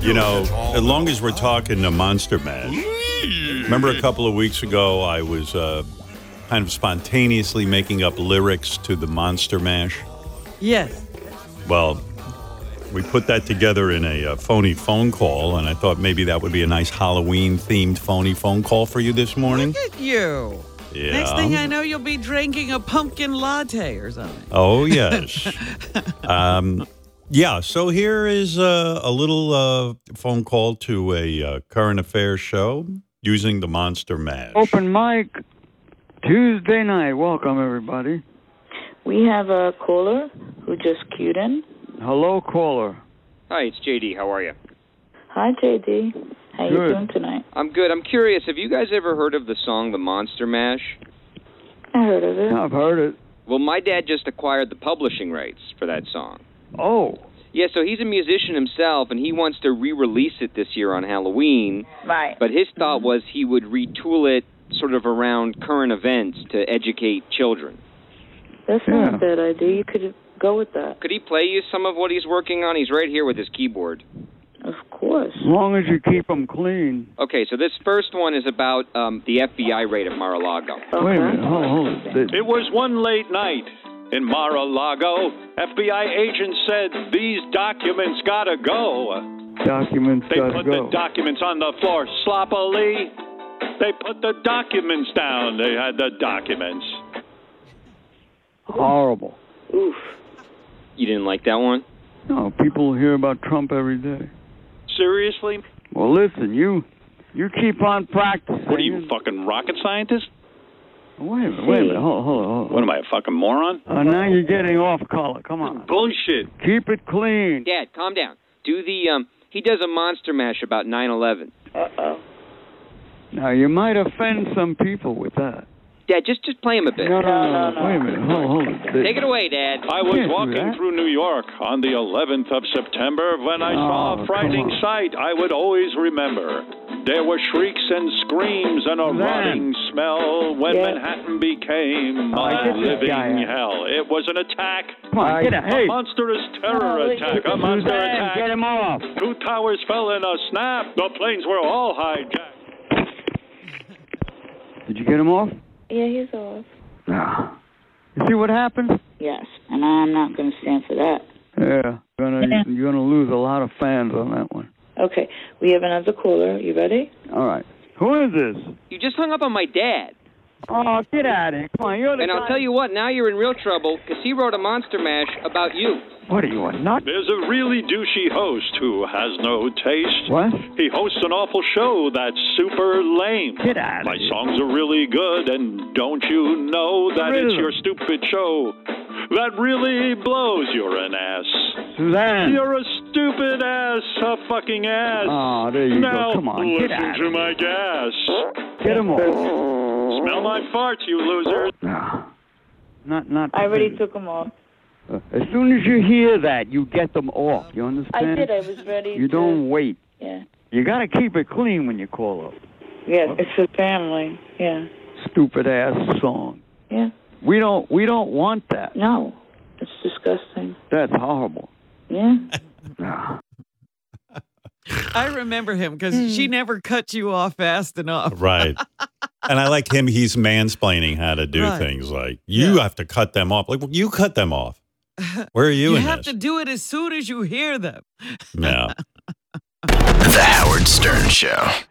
You know, as long as we're talking to Monster Mash, remember a couple of weeks ago I was uh, kind of spontaneously making up lyrics to the Monster Mash. Yes. Well, we put that together in a uh, phony phone call, and I thought maybe that would be a nice Halloween-themed phony phone call for you this morning. Look at you. Yeah. Next thing I know, you'll be drinking a pumpkin latte or something. Oh yes. um, yeah. So here is uh, a little uh, phone call to a uh, current affairs show using the Monster Mash. Open mic Tuesday night. Welcome everybody. We have a caller who just queued in. Hello caller. Hi, it's JD. How are you? Hi, JD. How you Good. doing tonight? I'm good. I'm curious. Have you guys ever heard of the song The Monster Mash? I heard of it. I've heard it. Well, my dad just acquired the publishing rights for that song. Oh, Yeah, so he's a musician himself, and he wants to re-release it this year on Halloween. Right. But his thought was he would retool it sort of around current events to educate children. That's not Yeah. a bad idea. You could go with that. Could he play you some of what he's working on? He's right here with his keyboard. Of course. as long as you keep them clean. Okay, so this first one is about um, the FBI raid of Mar-a-Lago. Okay. Wait a minute. Hold, hold. The- It was one late night in Mar-a-Lago. FBI agents said these documents gotta go. documents They gotta put the go. documents on the floor sloppily. They put the documents down. They had the documents. Horrible. Oof. You didn't like that one? No, people hear about Trump every day. Seriously? Well, listen, you, you keep on practicing. What are you, fucking rocket scientist? Wait a minute. Wait a minute. Hold, hold, hold. What am I, a fucking moron? Uh, now you're getting off color. Come on. Bullshit. Keep it clean. Dad, calm down. Do the um. He does a monster mash about 9/11. Uh oh. Now you might offend some people with that. Dad, just just play him a bit. No, no, No, no, no. Wait a minute. Hold, hold. The- Take it away, Dad. I was Can't do walking that. through New York on the 11th of September when I Oh, saw come a frightening on. sight I would always remember. There were shrieks and screams and a Then. rotting smell when Yeah. Manhattan became Oh, I a get this living guy. hell. It was an attack. Come on, get out. Hey, A monstrous terror Oh, attack. A look monster Suzanne, get attack. him off. Two towers fell in a snap. The planes were all hijacked. Did you get him off? Yeah, he's off. No. You see what happens? Yes, and I'm not going to stand for that. Yeah. You're gonna, you're gonna lose a lot of fans on that one. Okay, we have another caller. You ready? All right. Who is this? You just hung up on my dad. Oh, get out of here. Come on, you're the And I'll guy- tell you what, now you're in real trouble because he wrote a monster mash about you. What are you, a nut? There's a really douchey host who has no taste. What? He hosts an awful show that's super lame. Get out of My here. songs are really good, and don't you know that Really? it's your stupid show that really blows? You're an ass. Suzanne. You're a stupid ass, a fucking ass. Oh, there you now, go. Come on, get listen out. to my gas. Get him off. Smell my farts, you loser. No. Not, not. I already took him off. Uh, As soon as you hear that, you get them off. You I understand? did. I was ready. You to- don't wait. Yeah. You gotta keep it clean when you call up. Yeah, Oh. it's a family. Yeah. Stupid ass song. Yeah. We don't. We don't want that. No, it's disgusting. That's horrible. Yeah. No. I remember him because she never cut you off fast enough. Right. and I like him. He's mansplaining how to do Right. things. Like you Yeah. have to cut them off. Like well, you cut them off. Where are you, in have this? to do it as soon as you hear them. no. The Howard Stern Show.